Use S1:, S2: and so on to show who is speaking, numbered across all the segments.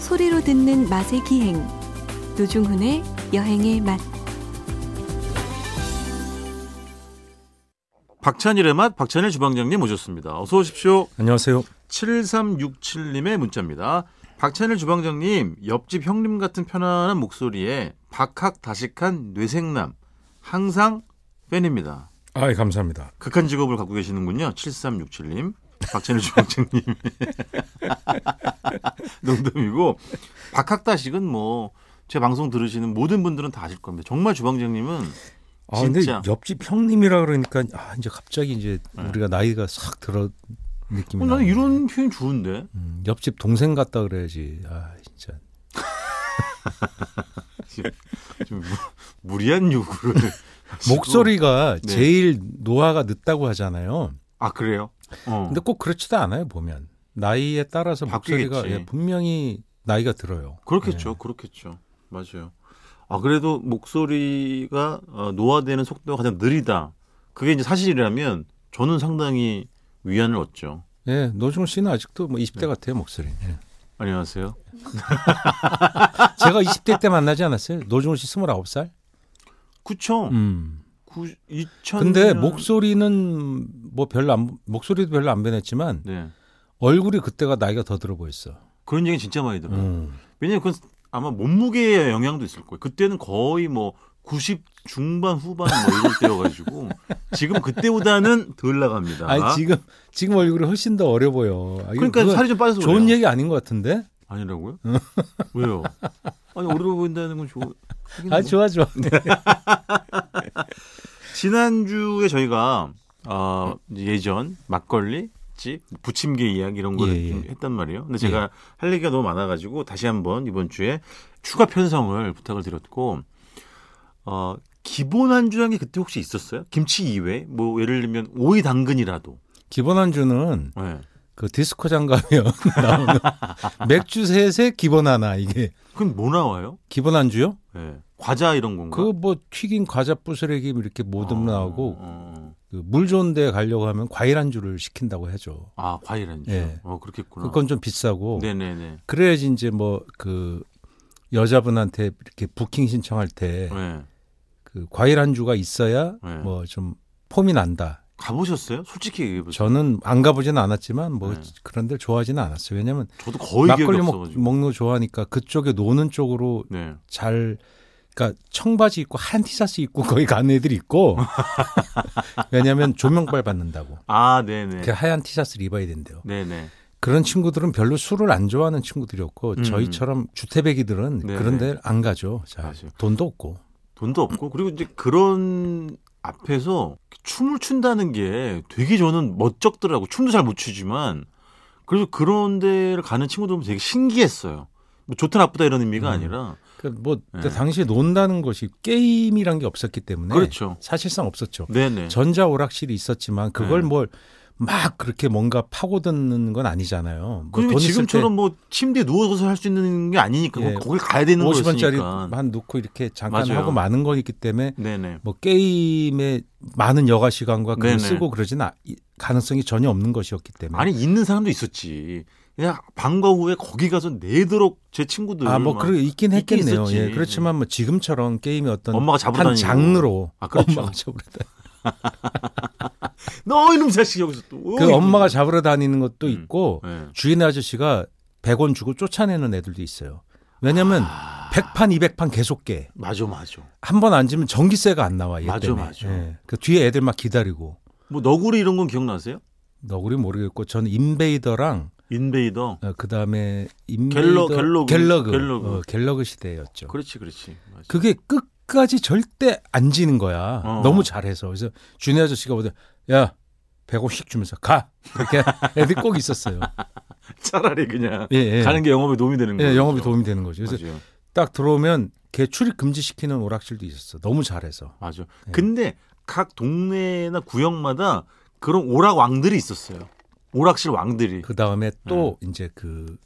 S1: 소리로 듣는 맛의 기행 노중훈의 여행의 맛
S2: 박찬일의 맛 박찬일 주방장님 모셨습니다. 어서 오십시오.
S3: 안녕하세요.
S2: 7367님의 문자입니다. 박찬일 주방장님, 옆집 형님 같은 편안한 목소리에 박학 다식한 뇌생남. 항상 팬입니다.
S3: 아, 감사합니다.
S2: 극한 직업을 갖고 계시는군요. 7367님. 박찬일 주방장님. 농담이고 박학 다식은 뭐 제 방송 들으시는 모든 분들은 다 아실 겁니다. 정말 주방장님은 어,
S3: 아, 근데
S2: 진짜. 네.
S3: 옆집 형님이라 그러니까 아, 이제 갑자기 이제 우리가 나이가 싹 들어 느낌이
S2: 어, 나는
S3: 나네.
S2: 이런 표현 좋은데.
S3: 음, 옆집 동생 같다 그래야지. 아, 진짜.
S2: 지금 좀 무- 무리한 요구를 하시고.
S3: 목소리가
S2: 네.
S3: 제일 노화가 늦다고 하잖아요.
S2: 아 그래요? 어.
S3: 근데 꼭 그렇지도 않아요, 보면. 나이에 따라서 목소리가
S2: 바뀌겠지.
S3: 예, 분명히 나이가 들어요.
S2: 그렇겠죠, 그렇겠죠. 맞아요. 아 그래도 목소리가 어, 노화되는 속도가 가장 느리다. 그게 이제 사실이라면 저는 상당히 위안을 얻죠.
S3: 예, 노중 씨는 아직도 뭐
S2: 네.
S3: 20대 같아요, 목소리. 예.
S2: 안녕하세요.
S3: 제가 20대 때 만나지 않았어요? 노중 씨 29살?
S2: 구청
S3: 음.
S2: 구, 2000.
S3: 근데 목소리는 뭐 별로 안 목소리도 별로 안 변했지만
S2: 네
S3: 얼굴이 그때가 나이가 더 들어 보였어.
S2: 그런 얘기 진짜 많이 들어요.
S3: 음.
S2: 왜냐면 그건 아마 몸무게의 영향도 있을 거예요. 그때는 거의 뭐 90 중반 후반 뭐 이럴 때여가지고 지금 그때보다는 덜 나갑니다.
S3: 아니 지금 지금 얼굴이 훨씬 더 어려 보여. 아, 이거
S2: 그러니까
S3: 그건
S2: 살이 좀 빠져서
S3: 좋은
S2: 그래요.
S3: 얘기 아닌 것 같은데.
S2: 아니라고요? 왜요? 아니 어려 보인다는 건 좋. 하긴
S3: 아
S2: 뭐.
S3: 좋아 좋아.
S2: 지난주에 저희가 어, 예전 막걸리 집 부침개 이야기 이런 거를
S3: 예,
S2: 좀
S3: 예.
S2: 했단 말이에요. 근데 제가 할 얘기가 너무 많아가지고 다시 한번 이번 주에 추가 편성을 부탁을 드렸고 어, 기본 한주량이 그때 혹시 있었어요? 김치 이외 뭐 예를 들면 오이 당근이라도.
S3: 기본 안주는
S2: 네.
S3: 그 디스코 장가면 나오는 맥주 셋에 기본 하나 이게
S2: 그럼 뭐 나와요?
S3: 기본 안주요?
S2: 예. 과자 이런 건가?
S3: 그 뭐 튀긴 과자 부스러기 뭐 이렇게 모듬
S2: 어,
S3: 나오고
S2: 어, 어.
S3: 그물 좋은 데 가려고 하면 과일 안주를 시킨다고 해줘.
S2: 아 과일 안주.
S3: 예.
S2: 어 그렇겠구나.
S3: 그건 좀 비싸고
S2: 네네네.
S3: 그래야지 이제 뭐 그 여자분한테 이렇게 부킹 신청할 때
S2: 예.
S3: 그 과일 안주가 있어야
S2: 네.
S3: 뭐 좀 폼이 난다.
S2: 가보셨어요? 솔직히 얘기해보세요.
S3: 저는 안 가보지는 않았지만 뭐
S2: 그렇죠. 네.
S3: 그런 데를 좋아하지는 않았어요. 왜냐하면
S2: 저, 도 거의 기억이
S3: 막걸리 먹,
S2: 없어가지고.
S3: 먹는 거 좋아하니까 그쪽에 노는 쪽으로
S2: 네.
S3: 잘 그러니까 청바지 입고 한 티셔츠 입고 거기 가는 애들이 있고 왜냐하면 조명발 받는다고
S2: 아, 네네.
S3: 그 하얀 티셔츠를 입어야 된대요.
S2: 네네.
S3: 그런 친구들은 별로 술을 안 좋아하는 친구들이었고
S2: 음.
S3: 저희처럼 주태배기들은
S2: 네네.
S3: 그런 데를 안 가죠. 자,
S2: 맞아요.
S3: 돈도 없고.
S2: 돈도 없고 그리고 이제 그런 앞에서 춤을 춘다는 게 되게 저는 멋쩍더라고. 춤도 잘 못 추지만 그래서 그런 데를 가는 친구들 보면 되게 신기했어요. 뭐 좋다 나쁘다 이런 의미가
S3: 음.
S2: 아니라
S3: 그러니까 뭐
S2: 네.
S3: 당시에 논다는 것이 게임이란 게 없었기 때문에
S2: 그렇죠.
S3: 사실상 없었죠.
S2: 네네.
S3: 전자 오락실이 있었지만 그걸
S2: 네.
S3: 뭘 막 그렇게 뭔가 파고드는 건 아니잖아요. 뭐
S2: 그리고
S3: 돈 있을
S2: 지금처럼 뭐 침대에 누워서 할 수 있는 게 아니니까
S3: 예.
S2: 거길 가야 되는
S3: 때 50원짜리
S2: 거였으니까.
S3: 만 넣고 이렇게 잠깐
S2: 맞아요.
S3: 하고 마는 거기 때문에
S2: 네네.
S3: 뭐 게임에 많은 여가 시간과
S2: 네네.
S3: 그걸 쓰고 그러진 아, 이- 가능성이 전혀 없는 것이었기 때문에
S2: 아니 있는 사람도 있었지. 그냥 방과 후에 거기 가서 내도록 제 친구들
S3: 아, 뭐,
S2: 막
S3: 그러
S2: 있긴
S3: 있긴 했겠네요.
S2: 있었지.
S3: 예, 그렇지만 뭐 지금처럼 게임이 어떤
S2: 엄마가 잡아다니고.
S3: 한 장르로
S2: 아, 그렇죠.
S3: 엄마가 잡으러 다니.
S2: 너 이놈 자식 여기서 또. 어,
S3: 그
S2: 이놈.
S3: 엄마가 잡으러 다니는 것도
S2: 음.
S3: 있고
S2: 네.
S3: 주인 아저씨가 100원 주고 쫓아내는 애들도 있어요. 왜냐면
S2: 아,
S3: 100판, 200판 계속 깨.
S2: 맞아 맞아.
S3: 한 번 앉으면 전기세가 안 나와. 얘
S2: 맞아,
S3: 때문에.
S2: 맞아.
S3: 예. 그 뒤에 애들 막 기다리고.
S2: 뭐 너구리 이런 건 기억나세요?
S3: 너구리 모르겠고 저는 인베이더랑
S2: 인베이더.
S3: 어, 그다음에 인베이더
S2: 갤러- 갤러그.
S3: 갤러그,
S2: 갤러그.
S3: 어, 갤러그 시대였죠.
S2: 그렇지 그렇지. 맞아.
S3: 그게 끝까지 절대 안 지는 거야.
S2: 어.
S3: 너무 잘해서. 그래서 준희 아저씨가 보다 야, 100원씩 주면서 가. 이렇게 애들 꼭 있었어요.
S2: 차라리 그냥
S3: 예, 예.
S2: 가는 게 영업에 도움이 되는 거죠.
S3: 예, 영업이 도움이 되는 거죠. 그래서
S2: 맞아요.
S3: 딱 들어오면 걔 출입 금지시키는 오락실도 있었어. 너무 잘해서.
S2: 맞아. 근데 각 동네나 구역마다 그런 오락 왕들이 있었어요. 오락실 왕들이.
S3: 그 다음에 또 이제 그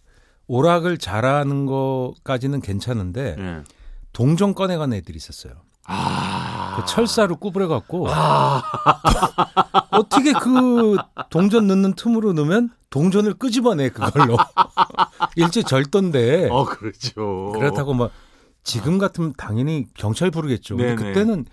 S3: 오락을 잘하는 거까지는 괜찮은데
S2: 예.
S3: 동전 꺼내가는 애들이 있었어요.
S2: 아.
S3: 그 철사로 구부려갖고 어떻게 그 동전 넣는 틈으로 넣으면 동전을 끄집어내 그걸로 일제 절도인데
S2: 어, 그렇죠.
S3: 그렇다고 뭐 지금 같으면 당연히 경찰 부르겠죠. 근데
S2: 네네.
S3: 그때는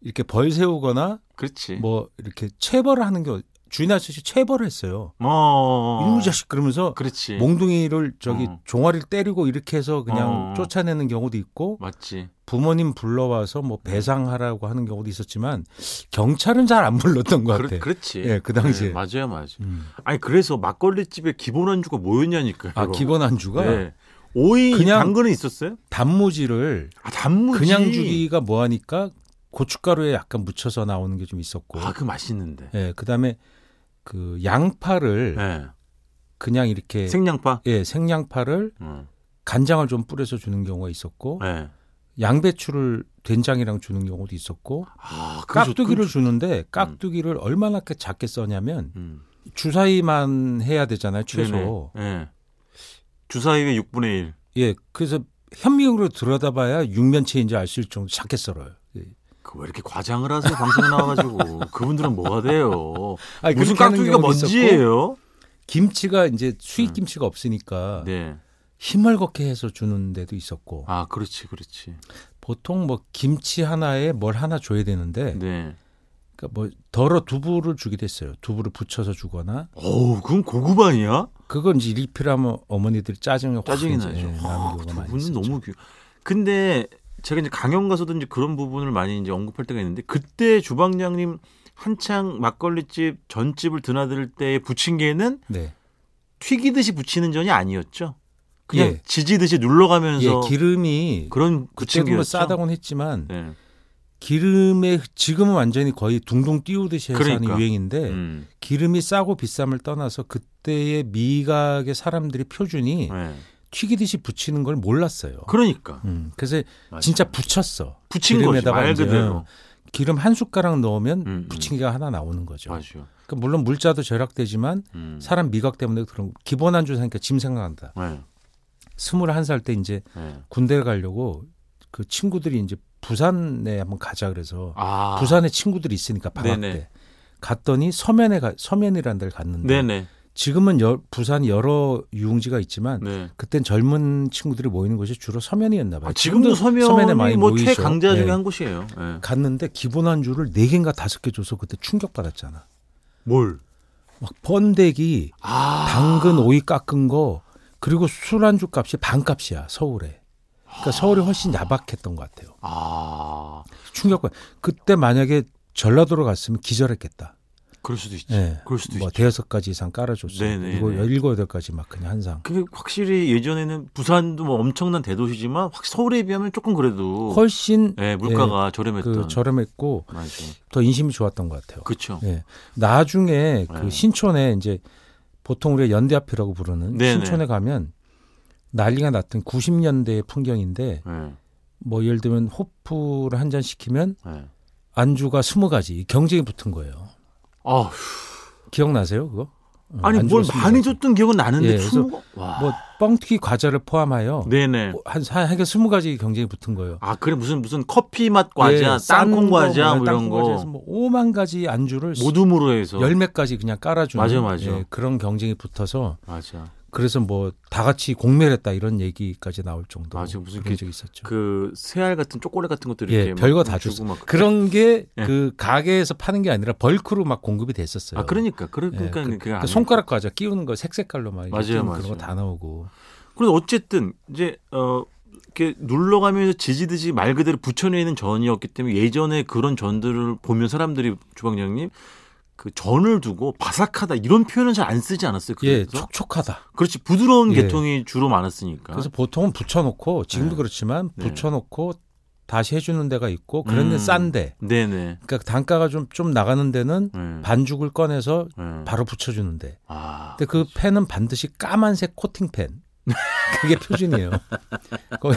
S3: 이렇게 벌 세우거나
S2: 그렇지.
S3: 뭐 이렇게 체벌을 하는 게 어, 주인 아저씨 체벌을 했어요.
S2: 어.
S3: 일무 자식 그러면서
S2: 그렇지. 예.
S3: 몽둥이를 저기
S2: 어.
S3: 종아리를 때리고 이렇게 해서 그냥
S2: 어.
S3: 쫓아내는 경우도 있고
S2: 맞지.
S3: 부모님 불러와서 뭐 배상하라고 하는 경우도 있었지만 경찰은 잘 안 불렀던 것 같아요.
S2: 그렇, 그렇지.
S3: 예, 그 당시에.
S2: 네, 맞아요, 맞아요.
S3: 음.
S2: 아니 그래서 막걸리 집의 기본 안주가 뭐였냐니까요.
S3: 아 기본 안주가
S2: 네. 오이
S3: 그냥-
S2: 당근은 있었어요?
S3: 단무지를
S2: 아 단무지.
S3: 그냥 주기가 뭐하니까 고춧가루에 약간 묻혀서 나오는 게 좀 있었고
S2: 아그 맛있는데.
S3: 예, 그다음에 그 양파를
S2: 네.
S3: 그냥 이렇게
S2: 생양파.
S3: 예, 생양파를
S2: 음.
S3: 간장을 좀 뿌려서 주는 경우가 있었고
S2: 네.
S3: 양배추를 된장이랑 주는 경우도 있었고
S2: 아 그거 음. 좋-
S3: 깍두기를 주는데 깍두기를 얼마나 작게 써냐면
S2: 음.
S3: 주사위만 해야 되잖아요 최소
S2: 네네. 네. 주사위의 6분의 1.
S3: 예 그래서 현미경으로 들여다봐야 육면체인지 알 수 있을 정도 로 작게 썰어요 예.
S2: 그왜 이렇게 과장을 하세요 방송에 나와가지고 그분들은 뭐가 돼요?
S3: 아니,
S2: 무슨
S3: 그렇게 하는
S2: 깍두기가
S3: 경우도 있었고,
S2: 먼지예요? 음.
S3: 김치가 이제 수입 김치가 없으니까
S2: 네.
S3: 힘을걷게 해서 주는 데도 있었고
S2: 아 그렇지 그렇지.
S3: 보통 뭐 김치 하나에 뭘 하나 줘야 되는데
S2: 네.
S3: 그러니까 뭐 덜어 두부를 주기도 했어요 두부를 부쳐서 주거나
S2: 어우 그건 고급 아니야?
S3: 그건 이제 리필하면 어머니들이 짜증이 확
S2: 짜증이
S3: 이제,
S2: 나죠.
S3: 예, 나는
S2: 아,
S3: 경우가
S2: 두
S3: 많이
S2: 분은
S3: 있었죠.
S2: 너무 귀. 근데 제가 이제 강연 가서도 이제 그런 부분을 많이 이제 언급할 때가 있는데 그때 주방장님 한창 막걸리집 전집을 드나들 때 부친 게는
S3: 네.
S2: 튀기듯이 부치는 전이 아니었죠. 그냥
S3: 예.
S2: 지지듯이 눌러가면서
S3: 예, 기름이
S2: 그런 부친
S3: 그때도 뭐
S2: 게였죠.
S3: 싸다곤 했지만
S2: 네.
S3: 기름에 지금은 완전히 거의 둥둥 띄우듯이 해서
S2: 그러니까.
S3: 하는 유행인데
S2: 음.
S3: 기름이 싸고 비쌈을 떠나서 그때의 미각의 사람들이 표준이
S2: 네.
S3: 튀기듯이 붙이는 걸 몰랐어요.
S2: 그러니까
S3: 음, 그래서
S2: 맞아요.
S3: 진짜 붙였어.
S2: 부친 거지
S3: 기름에다가
S2: 말
S3: 이제,
S2: 그대로.
S3: 기름 한 숟가락 넣으면
S2: 음, 음.
S3: 부침개가 하나 나오는 거죠.
S2: 맞아요.
S3: 그러니까 물론 물자도 절약되지만
S2: 음.
S3: 사람 미각 때문에 그런 거. 기본 안주 사니까 짐 생각난다.
S2: 네.
S3: 스물한 살 때 이제
S2: 네.
S3: 군대를 가려고 그 친구들이 이제 부산에 한번 가자 그래서
S2: 아
S3: 부산에 친구들이 있으니까 방학
S2: 네네.
S3: 때 갔더니 서면에 가, 서면이라는 데를 갔는데
S2: 네네.
S3: 지금은 여- 부산 여러 유흥지가 있지만
S2: 네.
S3: 그땐 젊은 친구들이 모이는 곳이 주로 서면이었나 봐요.
S2: 아, 지금도 서면이
S3: 서면에 많이
S2: 뭐
S3: 모이죠.
S2: 최강자 중에
S3: 네.
S2: 한 곳이에요. 네.
S3: 갔는데 기본 안주를 네 개인가 다섯 개 줘서 그때 충격 받았잖아.
S2: 뭘?
S3: 막 번데기,
S2: 아.
S3: 당근, 오이 깎은 거 그리고 술안주 값이 반값이야 서울에. 그러니까 서울이 훨씬 야박했던 것 같아요.
S2: 아,
S3: 충격과 그때 만약에 전라도로 갔으면 기절했겠다.
S2: 그럴 수도 있지.
S3: 예.
S2: 그럴 수도
S3: 뭐
S2: 있지.
S3: 대여섯 가지 이상 깔아줬어.
S2: 네네네.
S3: 그리고 일곱 여덟 가지 막 그냥 한 상.
S2: 그게 확실히 예전에는 부산도 뭐 엄청난 대도시지만 확 서울에 비하면 조금 그래도
S3: 훨씬
S2: 예, 물가가 저렴했던.
S3: 그 저렴했고
S2: 맞아.
S3: 더 인심이 좋았던 것 같아요.
S2: 그렇죠.
S3: 예. 나중에
S2: 네.
S3: 그 신촌에 이제 보통 우리가 연대 앞이라고 부르는
S2: 네네.
S3: 신촌에 가면 난리가 났던 90년대의 풍경인데
S2: 예.
S3: 뭐 예를 들면 호프를 한 잔 시키면
S2: 예.
S3: 안주가 20가지 경쟁이 붙은 거예요.
S2: 아,
S3: 기억나세요, 그거? 어,
S2: 아니
S3: 안주가
S2: 뭘
S3: 20 가지.
S2: 많이 줬던 기억은 나는데
S3: 예, 그래서
S2: 스무 와.
S3: 뭐 뻥튀기 과자를 포함하여
S2: 네네.
S3: 뭐 한 사- 하여간 20가지 경쟁이 붙은 거예요.
S2: 아 그래 무슨 무슨 커피 맛 과자,
S3: 예, 싼
S2: 땅콩
S3: 거,
S2: 과자 뭐 이런
S3: 땅콩 과자에서
S2: 거
S3: 뭐 5만 가지 안주를
S2: 모둠으로 해서
S3: 열매까지 그냥 깔아주는
S2: 맞아요, 맞아요.
S3: 예, 그런 경쟁이 붙어서
S2: 맞아.
S3: 그래서 뭐 다 같이 공멸했다 이런 얘기까지 나올 정도.
S2: 맞아, 무슨
S3: 그런
S2: 게-
S3: 적이 있었죠.
S2: 그 새알 같은 초콜릿 같은 것도
S3: 예,
S2: 이렇게 막
S3: 별거 다
S2: 주고 막
S3: 그, 런 게
S2: 예.
S3: 그 가게에서 파는 게 아니라 벌크로 막 공급이 됐었어요.
S2: 아 그러니까
S3: 예,
S2: 그러니까
S3: 그-
S2: 그게
S3: 그러니까
S2: 안
S3: 손가락 과자 끼우는 거 색색깔로 막 이렇게
S2: 맞아요,
S3: 끼우는
S2: 맞아요.
S3: 그런 거 다 나오고.
S2: 그래서 어쨌든 이제 어 이렇게 눌러가면서 지지듯이 말 그대로 붙여내는 전이었기 때문에 예전에 그런 전들을 보면 사람들이 주방장님 그 전을 두고 바삭하다 이런 표현은 잘 안 쓰지 않았어요. 그래서 아.
S3: 예, 촉촉하다.
S2: 그렇지 부드러운
S3: 예.
S2: 계통이 주로 많았으니까.
S3: 그래서 보통은 붙여놓고 지금도
S2: 네.
S3: 그렇지만
S2: 네.
S3: 붙여놓고 다시 해주는 데가 있고 그런
S2: 음.
S3: 데 싼데.
S2: 네네.
S3: 그러니까 단가가 좀 좀 나가는 데는
S2: 예,
S3: 반죽을 꺼내서
S2: 예.
S3: 바로 붙여주는데.
S2: 아,
S3: 근데 그 펜은 반드시 까만색 코팅 펜. 그게 표준이에요. 거기,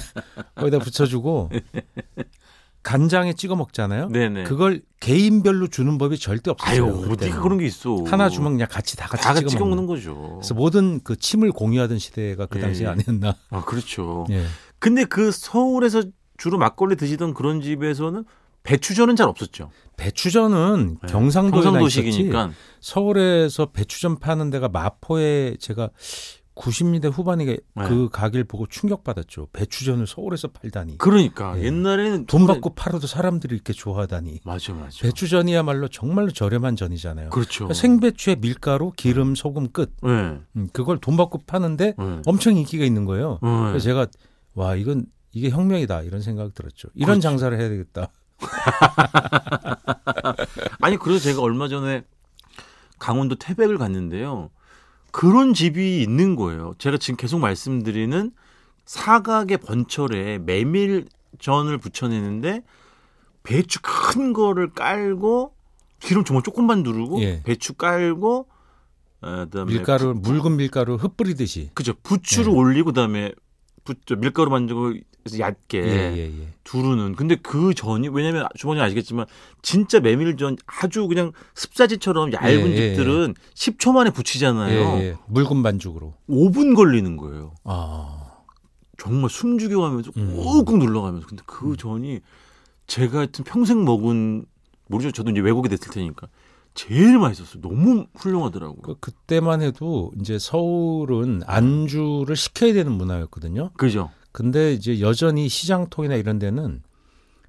S3: 거기다 붙여주고 간장에 찍어 먹잖아요.
S2: 네네.
S3: 그걸 개인별로 주는 법이 절대 없어요. 뭐.
S2: 아유 어디가 그런 게 있어.
S3: 하나 주면 그냥 같이 다 같이
S2: 다 같이
S3: 찍어,
S2: 찍어 먹는
S3: 먹는.
S2: 거죠.
S3: 그래서 모든 그 침을 공유하던 시대가 그
S2: 예,
S3: 당시
S2: 예.
S3: 아니었나.
S2: 아 그렇죠.
S3: 예.
S2: 근데 그 서울에서 주로 막걸리 드시던 그런 집에서는 배추전은 잘 없었죠.
S3: 배추전은
S2: 예.
S3: 경상도에 나 있었지.
S2: 경상도식이니까.
S3: 서울에서 배추전 파는 데가 마포에 제가 90년대
S2: 예.
S3: 후반에 그 가게를 보고 충격받았죠. 배추전을 서울에서 팔다니.
S2: 그러니까
S3: 예.
S2: 옛날에는
S3: 돈
S2: 그래-
S3: 받고 팔아도 사람들이 이렇게 좋아하다니.
S2: 맞아 맞아.
S3: 배추전이야말로 정말로 저렴한 전이잖아요. 그러니까
S2: 그렇죠.
S3: 생배추에 밀가루, 기름, 소금 끝.
S2: 예. 예.
S3: 음, 그걸 돈 받고
S2: 네.
S3: 파는데 엄청 인기가 있는 거예요.
S2: 예.
S3: 어, 그래서 제가 와 이건 이게 혁명이다 이런 생각 들었죠. 이런
S2: 그렇죠.
S3: 장사를 해야 되겠다.
S2: 아니 그래서 제가 얼마 전에 강원도 태백을 갔는데요. 그런 집이 있는 거예요. 제가 지금 계속 말씀드리는 사각의 번철에 메밀전을 붙여내는데 배추 큰 거를 깔고 기름 정말 조금만 두르고
S3: 예.
S2: 배추 깔고 어, 그다음에
S3: 밀가루 묽은 밀가루 흩뿌리듯이.
S2: 그죠 부추를
S3: 예.
S2: 올리고 그다음에 부, 저 밀가루 만들고 그래서 얇게
S3: 예예 예.
S2: 두루는 근데 그 전이 왜냐면 주머니 아시겠지만 진짜 메밀전 아주 그냥 습사지처럼 얇은
S3: 예, 예,
S2: 집들은 10초 만에
S3: 예,
S2: 부치잖아요.
S3: 예. 묽은 반죽으로.
S2: 5분 걸리는 거예요.
S3: 아
S2: 정말 숨죽여 하면서
S3: 음.
S2: 꾹꾹 눌러가면서 근데 그 전이 제가 하여튼 평생 먹은 모르죠. 저도 이제 외국에 됐을 테니까 제일 맛있었어요. 너무 훌륭하더라고요.
S3: 그, 그때만 해도 이제 서울은 안주를 시켜야 되는 문화였거든요.
S2: 그죠?
S3: 근데 이제 여전히 시장통이나 이런 데는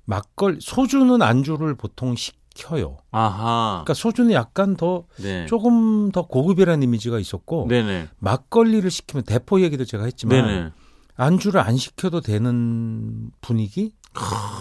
S3: 막걸 소주는 안주를 보통 시켜요.
S2: 아하.
S3: 그러니까 소주는 약간 더
S2: 네.
S3: 조금 더 고급이라는 이미지가 있었고
S2: 네네.
S3: 막걸리를 시키면 대포 얘기도 제가 했지만
S2: 네네.
S3: 안주를 안 시켜도 되는 분위기?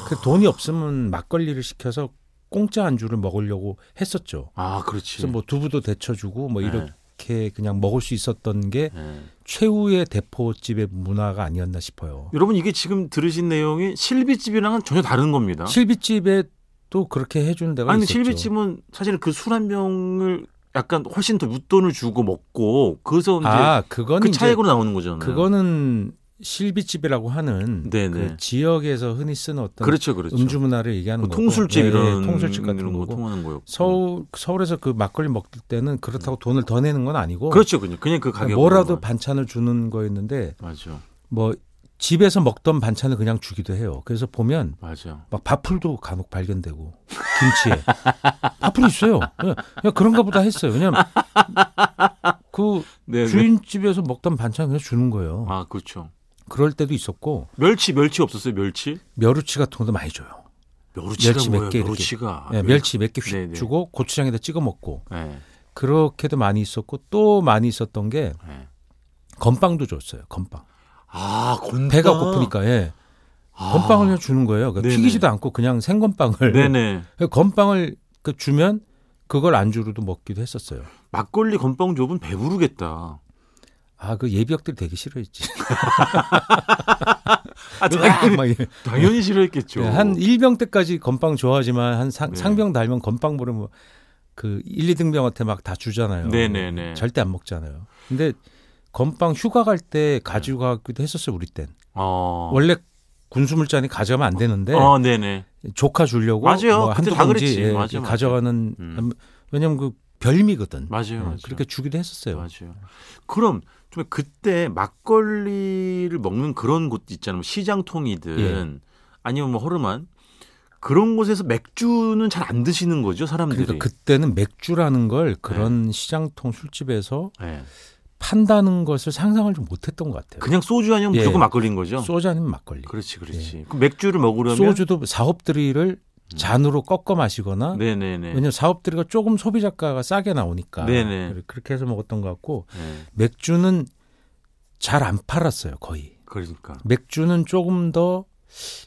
S3: 그 돈이 없으면 막걸리를 시켜서 공짜 안주를 먹으려고 했었죠.
S2: 아 그렇지.
S3: 그래서 뭐 두부도 데쳐주고 뭐
S2: 네.
S3: 이렇게 그냥 먹을 수 있었던 게
S2: 네.
S3: 최후의 대포집의 문화가 아니었나 싶어요.
S2: 여러분 이게 지금 들으신 내용이 실비집이랑은 전혀 다른 겁니다.
S3: 실비집에 또 그렇게 해주는 데가
S2: 예. 아니
S3: 있었죠.
S2: 실비찜은 사실 그 술 한 병을 약간 훨씬 더 웃돈을 주고 먹고 그래서 이제
S3: 아, 그건
S2: 그
S3: 이제
S2: 차액으로 나오는 거잖아요.
S3: 그거는 실비집이라고 하는
S2: 네네.
S3: 그 지역에서 흔히 쓰는 어떤
S2: 그렇죠, 그렇죠.
S3: 음주 문화를 얘기하는
S2: 뭐
S3: 거고
S2: 통술집
S3: 예, 예,
S2: 이런
S3: 통술집 같은
S2: 이런 거
S3: 거고
S2: 통하는 거요.
S3: 서울 서울에서 그 막걸리 먹을 때는 그렇다고 돈을 더 내는 건 아니고
S2: 음. 그렇죠, 그냥 그냥 그
S3: 그냥
S2: 가격
S3: 뭐라도 반찬을 주는 거였는데
S2: 맞아,
S3: 뭐 집에서 먹던 반찬을 그냥 주기도 해요. 그래서 보면
S2: 맞아.
S3: 막 밥풀도 간혹 발견되고 김치에 밥풀이 있어요. 그냥, 그냥 그런가 보다 했어요. 왜냐면 그
S2: 네, 네.
S3: 주인집에서 먹던 반찬 그냥 주는 거예요.
S2: 아 그렇죠.
S3: 그럴 때도 있었고
S2: 멸치 멸치 없었어요, 멸치?
S3: 멸치 같은 것도 많이 줘요.
S2: 멸치가
S3: 멸치 몇
S2: 뭐예요?
S3: 개 이렇게.
S2: 멸치가
S3: 예, 멸치 몇 개
S2: 아, 네, 네.
S3: 휙 주고 고추장에다 찍어 먹고
S2: 예,
S3: 그렇게도 많이 있었고 또 많이 있었던 게
S2: 예.
S3: 건빵도 줬어요. 건빵.
S2: 아 건빵.
S3: 배가 고프니까 예.
S2: 아.
S3: 건빵을 그냥 주는 거예요. 그러니까
S2: 네네.
S3: 튀기지도 않고 그냥 생건빵을.
S2: 네네.
S3: 건빵을 그 주면 그걸 안주로도 먹기도 했었어요.
S2: 막걸리 건빵 좁은 배부르겠다.
S3: 아 그 예비역들이 되게 싫어했지.
S2: 아, 당연히,
S3: 막 예.
S2: 당연히 싫어했겠죠.
S3: 예, 한 1병 때까지 건빵 좋아하지만 한 상,
S2: 네.
S3: 상병 달면 건빵 모르면 그 1, 2등병한테 막 다 주잖아요.
S2: 네네네.
S3: 절대 안 먹잖아요. 근데 건빵 휴가 갈 때 가지고 가기도 했었어요. 우리 땐.
S2: 네. 어.
S3: 원래 군수물자니 가져가면 안 되는데
S2: 어, 네네.
S3: 조카 주려고
S2: 맞아요.
S3: 뭐
S2: 그때
S3: 한두
S2: 다
S3: 봉지
S2: 그랬지.
S3: 예,
S2: 맞아요, 맞아요.
S3: 가져가는
S2: 음.
S3: 왜냐면 그 별미거든.
S2: 맞아요.
S3: 예,
S2: 맞아요.
S3: 그렇게 주기도 했었어요.
S2: 맞아요. 그럼 좀 그때 막걸리를 먹는 그런 곳 있잖아요. 뭐
S3: 예.
S2: 시장통이든 아니면 뭐 허름한 그런 곳에서 맥주는 잘 안 드시는 거죠, 사람들이. 네.
S3: 그러니까 그때는 맥주라는 걸 그런 시장통 술집에서
S2: 예.
S3: 판다는 것을 상상을 좀 못했던 것 같아요.
S2: 그냥 소주 아니면
S3: 예.
S2: 무조건 막걸리인 거죠.
S3: 소주 아니면 막걸리.
S2: 그렇지, 그렇지. 그럼 맥주를 먹으려면 음.
S3: 소주도 사업들이를 잔으로 꺾어 마시거나
S2: 네네네.
S3: 왜냐면 사업들이가 조금 소비자가가 싸게 나오니까
S2: 네네.
S3: 그렇게 해서 먹었던 것 같고
S2: 예,
S3: 맥주는 잘 안 팔았어요 거의.
S2: 그러니까.
S3: 맥주는 조금 더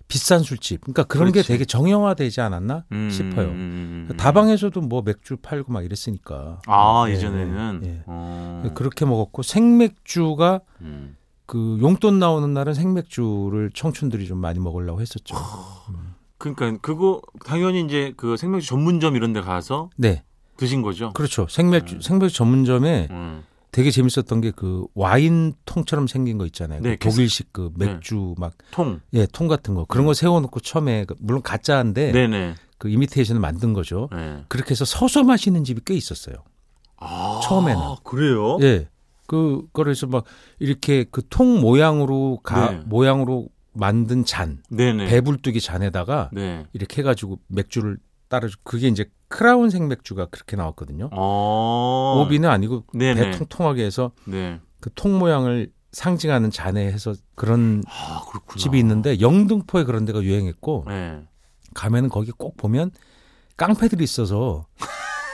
S3: 비싼 술집. 그러니까 그런
S2: 그렇지.
S3: 게 되게 정형화되지 않았나
S2: 음,
S3: 싶어요.
S2: 음, 음, 음.
S3: 다방에서도 뭐 맥주 팔고 막 이랬으니까.
S2: 아
S3: 예,
S2: 예전에는
S3: 예.
S2: 어.
S3: 그렇게 먹었고 생맥주가
S2: 음.
S3: 그 용돈 나오는 날은 생맥주를 청춘들이 좀 많이 먹으려고 했었죠.
S2: 그러니까 그거 당연히 이제 그 생맥주 전문점 이런 데 가서
S3: 네,
S2: 드신 거죠.
S3: 그렇죠. 생맥주 생맥주 전문점에
S2: 음.
S3: 되게 재밌었던 게 그 와인 통처럼 생긴 거 있잖아요. 그
S2: 네, 계속-
S3: 독일식 그 맥주 막
S2: 통.
S3: 예, 통 같은 거 그런 거 세워놓고 처음에 그- 물론 가짜인데
S2: 네. 네네.
S3: 그 이미테이션을 만든 거죠.
S2: 네.
S3: 그렇게 해서 서서 마시는 집이 꽤 있었어요.
S2: 아,
S3: 처음에는.
S2: 그래요?
S3: 예. 그, 그래서 막 이렇게 그 통 모양으로 가,
S2: 네.
S3: 모양으로 만든 잔,
S2: 네네.
S3: 배불뚝이 잔에다가
S2: 네.
S3: 이렇게 해가지고 맥주를 따라, 그게 이제 크라운 생맥주가 그렇게 나왔거든요.
S2: 어.
S3: 오비는 아니고
S2: 네네.
S3: 배 통통하게 해서
S2: 네.
S3: 그 통 모양을 상징하는 잔에 해서 그런
S2: 아 그렇구나.
S3: 집이 있는데 영등포에 그런 데가 유행했고
S2: 네.
S3: 가면은 거기 꼭 보면 깡패들이 있어서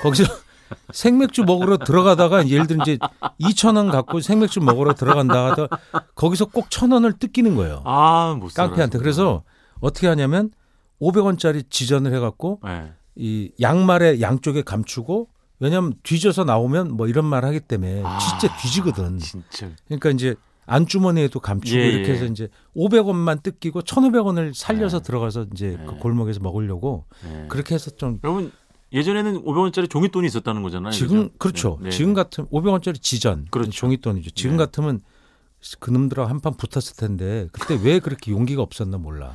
S3: 거기서 생맥주 먹으러 들어가다가 예를 들면 이제 2천 원 갖고 생맥주 먹으러 들어간다 하다 거기서 꼭 천 원을 뜯기는 거예요.
S2: 아못 살아.
S3: 깡패한테. 그래서 어떻게 하냐면 500원짜리 지전을 해갖고
S2: 네.
S3: 이 양말에 양쪽에 감추고 왜냐면 뒤져서 나오면 뭐 이런 말 하기 때문에
S2: 아,
S3: 진짜 뒤지거든.
S2: 진짜.
S3: 그러니까 이제 안주머니에도 감추고
S2: 예,
S3: 이렇게
S2: 예.
S3: 해서 이제 500원만 뜯기고 1,500원을 살려서
S2: 네.
S3: 들어가서 이제 그
S2: 네.
S3: 골목에서 먹으려고
S2: 네.
S3: 그렇게 해서 좀
S2: 여러분 예전에는 500원짜리 종잇돈이 있었다는 거잖아요.
S3: 지금
S2: 그죠?
S3: 그렇죠.
S2: 네, 네,
S3: 지금
S2: 네.
S3: 같은 500원짜리 지전
S2: 그렇죠.
S3: 종이돈이죠. 지금
S2: 네.
S3: 같으면 그놈들하고 한판 붙었을 텐데 그때 왜 그렇게 용기가 없었나 몰라.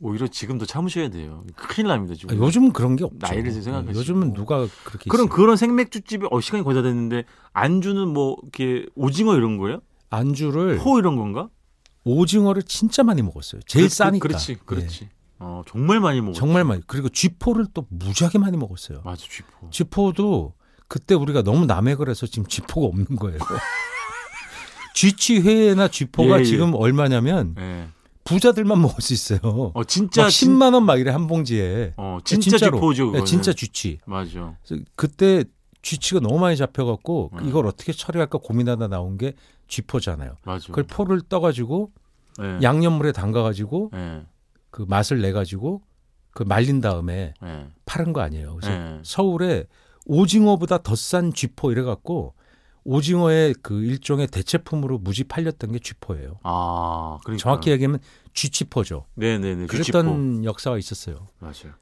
S2: 오히려 지금도 참으셔야 돼요. 큰일 납니다 지금.
S3: 아, 요즘은 그런 게 없죠.
S2: 음. 나이를 이제 생각하시고.
S3: 요즘은 누가 그렇게
S2: 그럼
S3: 있어요?
S2: 그런 생맥주 집에 어 시간이 거의 다 됐는데 안주는 뭐 이렇게 오징어 이런 거예요?
S3: 안주를
S2: 포 이런 건가?
S3: 오징어를 진짜 많이 먹었어요. 제일
S2: 그- 그-
S3: 싸니까.
S2: 그렇지,
S3: 예,
S2: 그렇지. 어 정말 많이 먹어. 요
S3: 정말 많이. 그리고 쥐포를 또 무지하게 많이 먹었어요.
S2: 맞아 쥐포.
S3: 쥐포도 그때 우리가 너무 남획을 해서 지금 쥐포가 없는 거예요. 쥐치회나 쥐포가
S2: 예, 예.
S3: 지금 얼마냐면
S2: 예. 부자-
S3: 부자들만 먹을 수 있어요.
S2: 어
S3: 막
S2: 진짜 진-
S3: 10만 원 막 이래 한 봉지에. 예,
S2: 어 진짜
S3: 진짜로.
S2: 쥐포죠
S3: 네,
S2: 그거.
S3: 진짜 쥐치.
S2: 맞아.
S3: 그래서 그때 쥐치가 너무 많이 잡혀갖고
S2: 네.
S3: 이걸 어떻게 처리할까 고민하다 나온 게 쥐포잖아요.
S2: 맞아.
S3: 그걸 포를 떠가지고
S2: 예.
S3: 양념물에 담가가지고
S2: 예.
S3: 그 맛을 내가지고 그 말린 다음에
S2: 예.
S3: 파는 거 아니에요. 그래서
S2: 예.
S3: 서울에 오징어보다 더 싼 쥐포 이래갖고 오징어의 그 일종의 대체품으로 무지 팔렸던 게 쥐포예요.
S2: 아, 그러니까
S3: 정확히 얘기하면 쥐치포죠.
S2: 네네네. 쥐포.
S3: 그랬던 역사가 있었어요.
S2: 맞아요.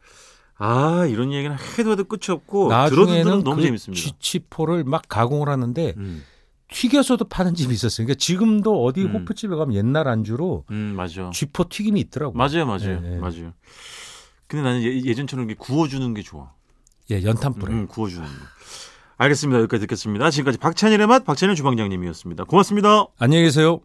S2: 아 이런 얘기는 해도 해도 끝이 없고 들어도
S3: 나중에는
S2: 들어도 너무
S3: 그
S2: 재밌습니다.
S3: 쥐치포를 막 가공을 하는데
S2: 음.
S3: 튀겨서도 파는 집이 있었어요. 그러니까 지금도 어디
S2: 음.
S3: 호프집에 가면 옛날 안주로
S2: 음 맞아.
S3: 쥐포 튀김이 있더라고요.
S2: 맞아요, 맞아요,
S3: 예, 예.
S2: 맞아요. 근데 나는 예, 예전처럼 이렇게 구워주는 게 좋아.
S3: 예, 연탄불에.
S2: 음, 구워주는 거. 알겠습니다. 여기까지 듣겠습니다. 지금까지 박찬일의 맛 박찬일 주방장님이었습니다. 고맙습니다.
S3: 안녕히 계세요.